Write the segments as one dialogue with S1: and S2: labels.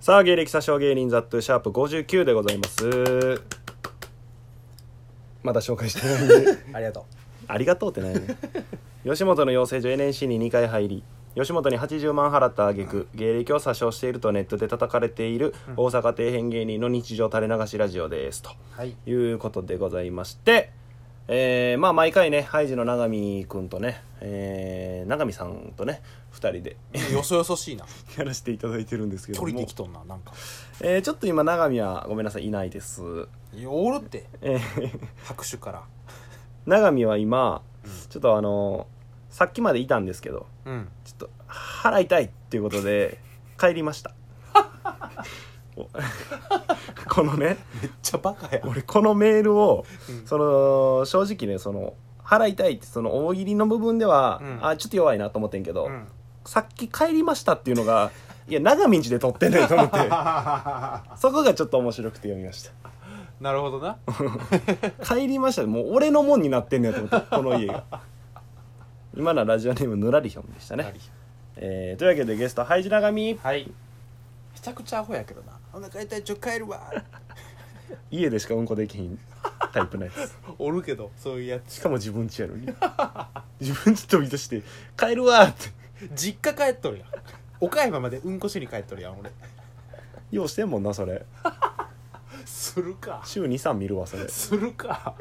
S1: さあ芸歴詐称芸人ザットゥシャープ59でございますまだ紹介してないんで
S2: ありがと
S1: ありがとうってないね吉本の養成所 NNC に2回入り吉本に80万払った挙句芸歴を詐称しているとネットで叩かれている大阪底辺芸人の日常垂れ流しラジオですと
S2: う。はい。
S1: いうことでございまして、えーまあ毎回ねハイジの永見君とね、えー永見さんとね2人で
S2: よそよそしいな。
S1: やらせていただいてるんですけど
S2: 距
S1: も
S2: 離できとんな、なんか。
S1: えーちょっと今永見はごめんなさいいないです、
S2: いやおるって、
S1: えー
S2: 拍手から。
S1: 永見は今
S2: うん
S1: ちょっとあのさっきまでいたんですけど
S2: うん。
S1: ちょっと払いたいっていうことで帰りま したおこのね
S2: めっちゃバカや。
S1: 俺このメールを
S2: うん
S1: その正直ねその払いたいってその大喜利の部分では、
S2: うん
S1: あちょっと弱いなと思ってんけど、
S2: うん。
S1: さっき帰りましたっていうのがいや長道で撮ってんねんと思って そこがちょっと面白くて読みました
S2: なるほどな。
S1: 帰りましたもう俺のもんになってんねやと思ってこの家が今のはラジオネームぬらりひょんでしたね、えーというわけでゲストハイジナガミ
S2: はい。めちゃくちゃアホやけどな。お腹痛い、ちょ、帰るわ。
S1: 家でしかうんこできひんタイプのやつ
S2: おるけど、そういうやつ。
S1: しかも自分家やのに自分家飛び出して帰るわーって
S2: 実家帰っとるやん。岡山までうんこしに帰っとるやん、俺。
S1: ようしてんもんなそれ
S2: するか。
S1: 週23見るわそれ
S2: するか。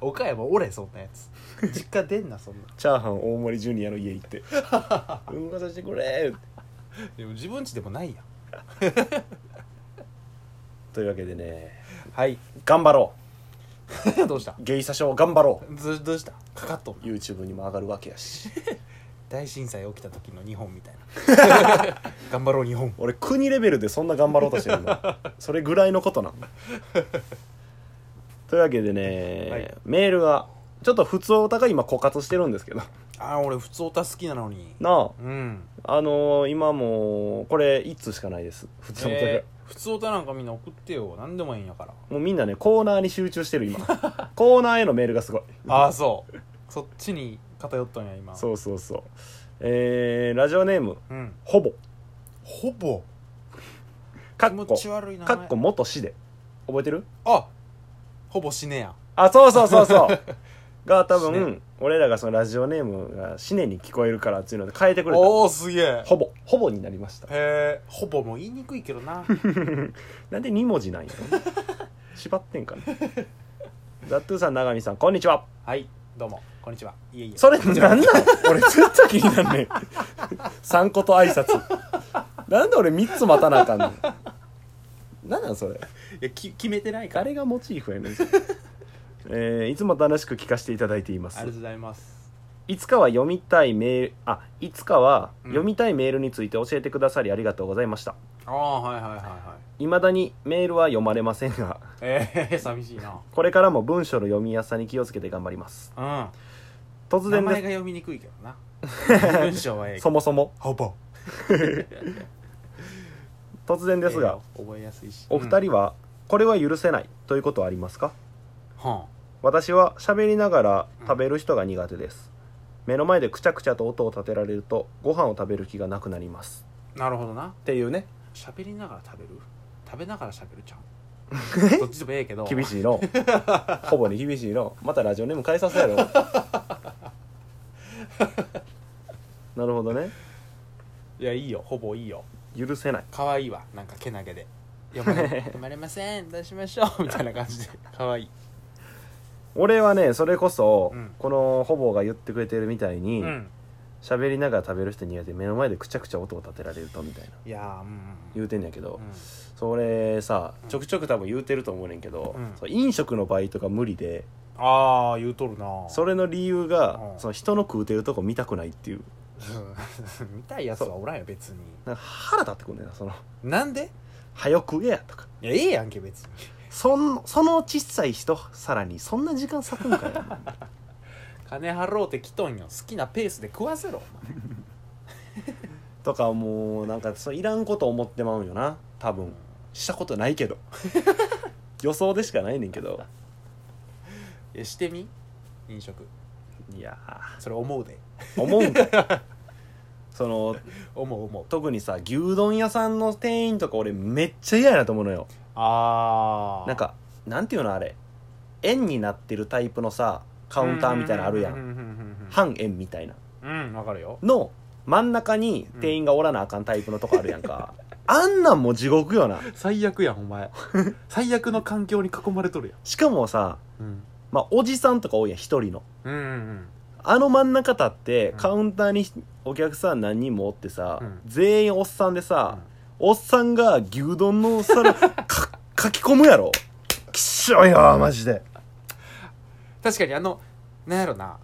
S2: 岡山おれ、そんなやつ。実家出んな、そんな。
S1: チャーハン大盛りジュニアの家行って「うんこさせてくれーって
S2: でも自分家でもないやん。」
S1: というわけでね
S2: はい。
S1: 頑張ろ
S2: どうした
S1: うゲイサショー頑張ろ
S2: どどうしたかかっとんの
S1: う YouTube にも上がるわけやし
S2: 大震災起きた時の日本みたいな 頑張ろう日本
S1: 俺国レベルでそんな頑張ろうとしてるの それぐらいのことなのというわけでね、
S2: はい
S1: メールがちょっと普通おたが今枯渇してるんですけど
S2: ああ俺普通オタ好きなのに
S1: な
S2: うん
S1: ああのー今もうこれ1通しかないです普通おたが、
S2: えー普通オタなんかみんな送ってよ何でもいいんやから
S1: もうみんなねコーナーに集中してる今 コーナーへのメールがすごい
S2: ああそうそっちに偏ったんや今う
S1: そうそうそうえー、ラジオネーム
S2: うん
S1: ほぼ
S2: ほぼ
S1: か
S2: 気
S1: っ
S2: 持
S1: こ
S2: ち悪いな
S1: かっこ元市で覚えてる
S2: あほぼ死ねや
S1: あそうそうそうそう が多
S2: 死ね
S1: 分俺らがそのラジオネームがシネに聞こえるからっていうので変えてくれた
S2: おおすげえ
S1: ほぼほぼになりました
S2: へえほぼも言いにくいけど な
S1: なんで2文字なん やろ縛ってんかなザットゥーさん永見さんこんにちは
S2: はいどうもこんにちはいえいえ
S1: それなんな ん俺ずっと気になんねん三個と挨拶なんで俺3つ待たなあかんねんなんなんそれ
S2: いやき決めてないからあり
S1: 誰がモチーフやね んそれえーいつも楽しく聞かせていただいています
S2: がとうございます
S1: いつかは読みたいメールあいつかは
S2: うん
S1: 読みたいメールについて教えてくださりありがとうございました
S2: ああはいはいはいはい
S1: いまだにメールは読まれませんが
S2: ええ 寂しいな
S1: これからも文章の読みやすさに気をつけて頑張ります
S2: うん
S1: 突
S2: 名
S1: 然
S2: 前が
S1: で
S2: 読みにくいけど な文章はええ
S1: すそもそも
S2: ほぼ
S1: 突然ですが、
S2: 覚えやすいし
S1: お二、人はこれは許せないということはありますか
S2: うんは
S1: 私は喋りながら食べる人が苦手です目の前でくちゃくちゃと音を立てられるとご飯を食べる気がなくなります
S2: あなるほどな
S1: っていうね
S2: 喋りながら食べる食べながら喋るちゃん どっちでもええけど
S1: 厳しいの ほぼに厳しいのまたラジオネーム変えさせやろなるほどね
S2: いやいいよほぼいいよ
S1: 許せない
S2: 可愛いわなんかけなげで 読まれ読まれませんどうしましょうみたいな感じで可愛い
S1: 俺はねそれこそ、
S2: うん
S1: このほぼが言ってくれてるみたいに
S2: うん
S1: 喋、りながら食べる人苦手目の前でくちゃくちゃ音を立てられるとみたいない
S2: やーうん
S1: 言うてんねやけど、
S2: うん
S1: それさ
S2: うん
S1: ちょくちょく多分言うてると思うねんけど、
S2: うん
S1: そう飲食のバイトが無理で
S2: ああ言うとるな
S1: それの理由が、
S2: うん
S1: その人の食うてるとこ見たくないっていう
S2: うん 見たいやつはおらんよ別に
S1: なんか腹立ってくんねんなその
S2: なんで
S1: 「早食えや」とか
S2: いやええやんけ別に
S1: そんその小さい人さらにそんな時間割くんかよ
S2: 金払ろうて来とんよ好きなペースで食わせろお前
S1: とかもうなんかそういらんこと思ってまうんよな多分したことない けど予想でしかないねんけど
S2: いやしてみ飲食
S1: いや
S2: それ思うで
S1: ー思うんかい その
S2: 思う思う
S1: 特にさ牛丼屋さんの店員とか俺めっちゃ嫌やなと思うのよ
S2: ああ
S1: なんかなんていうのあれ円になってるタイプのさカウンターみたいなのあるや
S2: うん
S1: ん
S2: うんうん
S1: 半円みたいな
S2: うんうんわかるよ
S1: の真ん中に店員がおらなあかんタイプのとこあるやんか、あんなんも地獄よな
S2: 最悪やんお 前最悪の環境に囲まれとるや
S1: しかもさ
S2: んうん
S1: まあおじさんとか多いやん一人の
S2: うんうん
S1: あの真ん中立って
S2: うん
S1: カウンターにお客さん何人もおってさ、
S2: うん
S1: 全員おっさんでさ、おっさんが牛丼の 皿かかき込むやろきっしょいよマジで
S2: 確かにあのなんやろな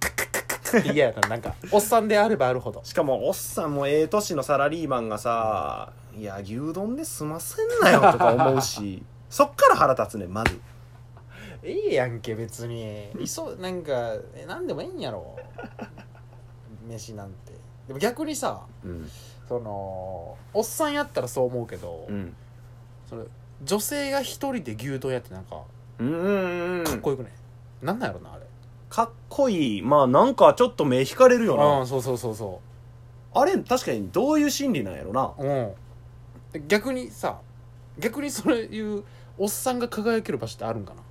S2: カッカッカッカッカッって嫌やななんかおっさんであればあるほど
S1: しかもおっさんもええ年のサラリーマンがさ「いや牛丼で済ませんなよ」とか思う しそっから腹立つねまず
S2: いいやんけ別にいそうなんかえなんでもいいんやろ飯なんてでも逆にさ
S1: うん
S2: そのおっさんやったらそう思うけど、
S1: うん
S2: その女性が一人で牛丼やってなんか
S1: うんうん
S2: かっこよくない、なんなんやろなあれ
S1: かっこいいまあなんかちょっと目引かれるよ
S2: う
S1: なん
S2: そうそうそうそ
S1: あれ確かにどういう心理なんやろな
S2: ううんで逆にさ逆にそういうおっさんが輝ける場所ってあるんかな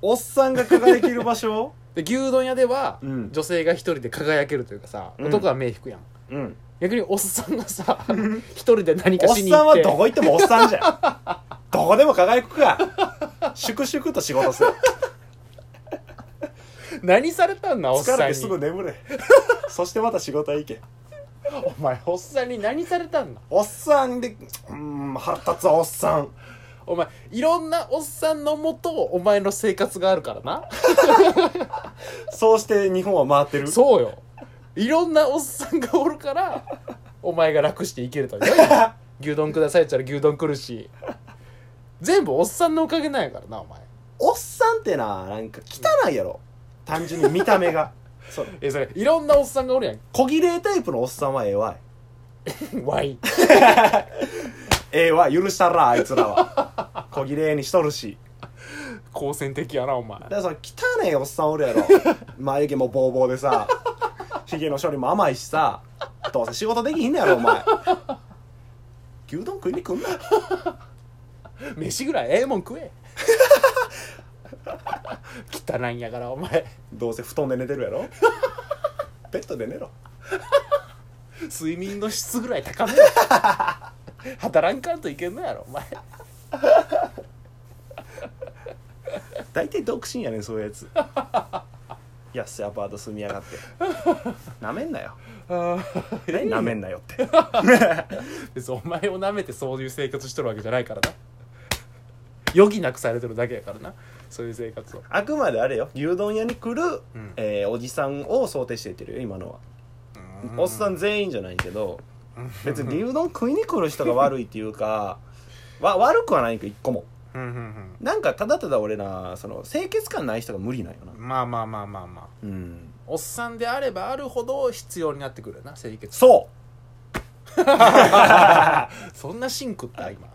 S1: おっさんが輝ける場所
S2: で牛丼屋では、
S1: うん
S2: 女性が一人で輝けるというかさ
S1: うん
S2: 男は目引くやん、
S1: うん
S2: 逆におっさんがさ一人で何か
S1: おっ
S2: しに行
S1: さん
S2: っ
S1: は
S2: て
S1: どこ行ってもおっさんじゃん どこでも輝くか粛々と仕事する
S2: 何されたんなおっさ
S1: 疲れて
S2: んに
S1: すぐ眠れ そしてまた仕事へ行け
S2: お前おっさんに何されたんな
S1: おっさんでうーん腹立つわおっさん
S2: お前いろんなおっさんのもとお前の生活があるからな
S1: そうして日本は回ってる
S2: そうよいろんなおっさんがおるからお前が楽していけると牛丼くださいって言ったら牛丼来るし全部おっさんのおかげなんやからなお前
S1: おっさんってななんか汚いやろ単純に見た目 がそう
S2: えそれいろんなおっさんがおるやん
S1: 小綺麗タイプのおっさんはええわい
S2: わい
S1: ええわ許したらあいつらは小綺麗にしとるし
S2: 好戦的やなお前
S1: だからその汚いおっさんおるやろ眉毛もボーボーでさひげの処理も甘いしさどうせ仕事できひんのやろお前牛丼食いに来んな
S2: 飯ぐらいええもん食え 汚いんやからお前
S1: どうせ布団で寝てるやろベッドで寝ろ
S2: 睡眠の質ぐらい高めろ働かんといけんのやろお前
S1: 大体独身やねんそういうやつ安いアパート住みやがってなめんなよ何なめんなよって
S2: 別にお前を舐めてそういう生活しとるわけじゃないからな余儀なくされてるだけやからなそういう生活を
S1: あくまであれよ牛丼屋に来る、
S2: うん
S1: えーおじさんを想定して言ってるよ今のはおっさん全員じゃないけど別に牛丼食いに来る人が悪いっていうかわ悪くはないんか一個も
S2: うんうん
S1: なんかただただ俺なその清潔感ない人が無理なんよな
S2: うんまあまあまあまあまあ
S1: うん
S2: おっさんであればあるほど必要になってくるよな清潔
S1: そ
S2: そんなシンクった今
S1: う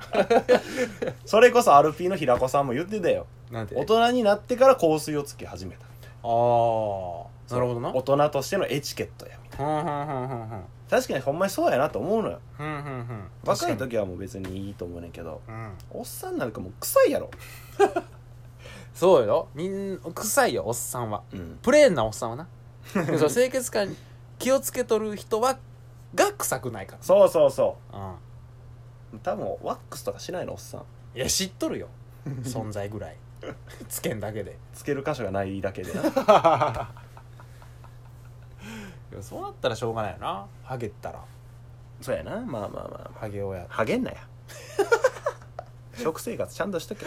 S1: それこそアルピーの平子さんも言ってたよ
S2: なんてあ
S1: 大人になってから香水をつけ始めた
S2: あーなるほどな
S1: 大人としてのエチケットやみたい
S2: ふんふんふんふんふん
S1: な確かにほんまにそうやなと思うのよ
S2: ふんふんふん
S1: 若い時はもう別にいいと思うねんけど
S2: うん
S1: おっさんなんかもう臭いやろ
S2: そうよみん臭いよおっさんは
S1: うん
S2: プレーンなおっさんはなでその清潔感に気をつけとる人はが臭くないか
S1: そうそうそ
S2: ら、うん、
S1: う多分ワックスとかしないのおっさん
S2: いや知っとる よ存在ぐらいつけんだけで
S1: つける箇所がないだけでない
S2: やそうなったらしょうがないよなハゲったら
S1: そうやなまあまあまあ、まあ
S2: ハゲ親
S1: ハゲんなや 食生活ちゃんとしとけ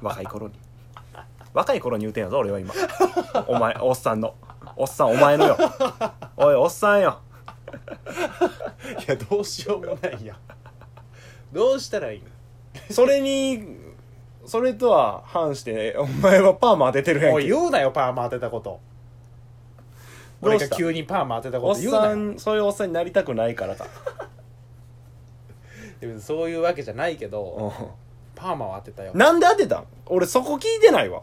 S1: 若い頃に若い頃に言うてんやぞ俺は今お前おっさんのおっさんお前のよおいおっさんよ
S2: いやどうしようもないやどうしたらいいの
S1: それにそれとは反してお前はパーマ当ててるやん
S2: お
S1: け
S2: い言うなよパーマ当てたこと
S1: ど
S2: 俺
S1: うした
S2: が急にパーマ当てた
S1: お
S2: こ
S1: っ
S2: と言うな
S1: さ
S2: よ
S1: んそういうおっさんになりたくないからか
S2: いや別にそういうわけじゃないけどパーマを当てたよ
S1: なんで当てたん俺そこ聞いてないわ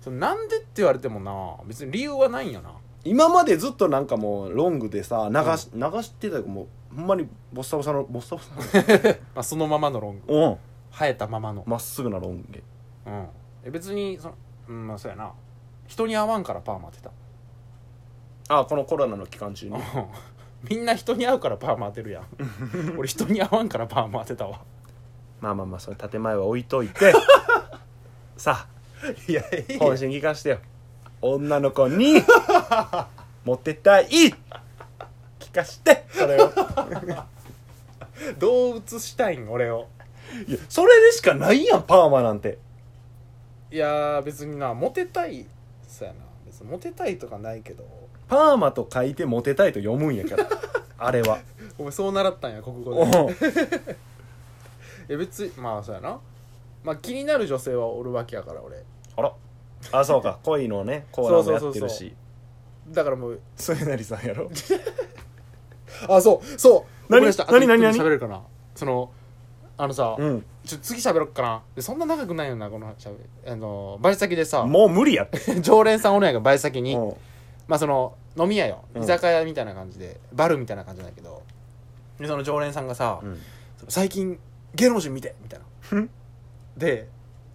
S2: そのなんでって言われてもな別に理由はないんよな
S1: 今までずっとなんかもうロングでさ流し,、流してたよもうほんまにボッサボサのボッサボサの
S2: まあ、そのままのロング
S1: うん
S2: 生えたままの、
S1: まっすぐなロン毛
S2: うん、え別にそのうんまあそうやな人に合わんからパーマ当てた
S1: あこのコロナの期間中に
S2: うんみんな人に合うからパーマ当てるやん 俺人に合わんからパーマ当てたわ
S1: まあまあまあその建前は置いとい てさ
S2: いや
S1: あ
S2: い
S1: 本心聞かしてよ女の子 にモテたい聞かしてそれを
S2: どう映したいん俺を
S1: いやそれでしかないやんパーマなんて
S2: いやー別になモテたいそうやな別にモテたいとかないけど
S1: パーマと書いてモテたいと読むんやから あれは
S2: お前そう習ったんや国語
S1: う
S2: でい
S1: ん
S2: や別にまあそうやなまあ気になる女性はおるわけやから俺
S1: あらあそうか恋のねコーナーもやって
S2: そうそう
S1: る
S2: そう
S1: し
S2: だからもう
S1: 末成さんやろ
S2: あそうそう
S1: 何
S2: 思い出した
S1: 何何
S2: あと
S1: 何
S2: 一個喋れるかなそのあのさ、
S1: うん
S2: ちょ次喋ろっかなでそんな長くないよなこのしゃべあのバイト先でさ
S1: もう無理やって
S2: 常連さんおるんやがバイト先に、
S1: うん
S2: まあその飲み屋よ
S1: うん
S2: 居酒屋みたいな感じで、バルみたいな感じなんだけどでその常連さんがさ、
S1: うん
S2: 最近芸能人見てみたい
S1: ふ
S2: なんで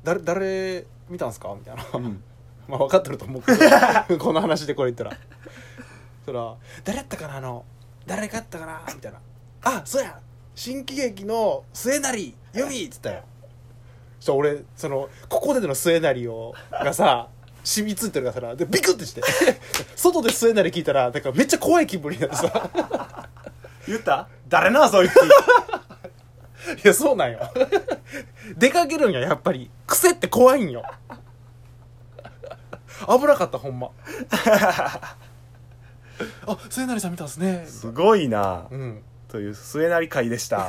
S2: 誰誰見たんすかみたいな
S1: うん
S2: まあ分かってると思うけどこの話でこれ言ったらそら誰やったかなあの誰かやったかなみたいなあそうや新喜劇の末成由美っつったよそしたら俺そのここでの末成をがさ染みついてるからさでビクッてして 外で末成聞いたらなんかめっちゃ怖い気分になってさ
S1: 言った誰なそいつ
S2: いや、そうなんよ。 出かけるんや、やっぱり。癖って怖いんよ。危なかった、ほん ま。あ、末成さん見たんすね。
S1: すごいな
S2: うん。
S1: という末成会でした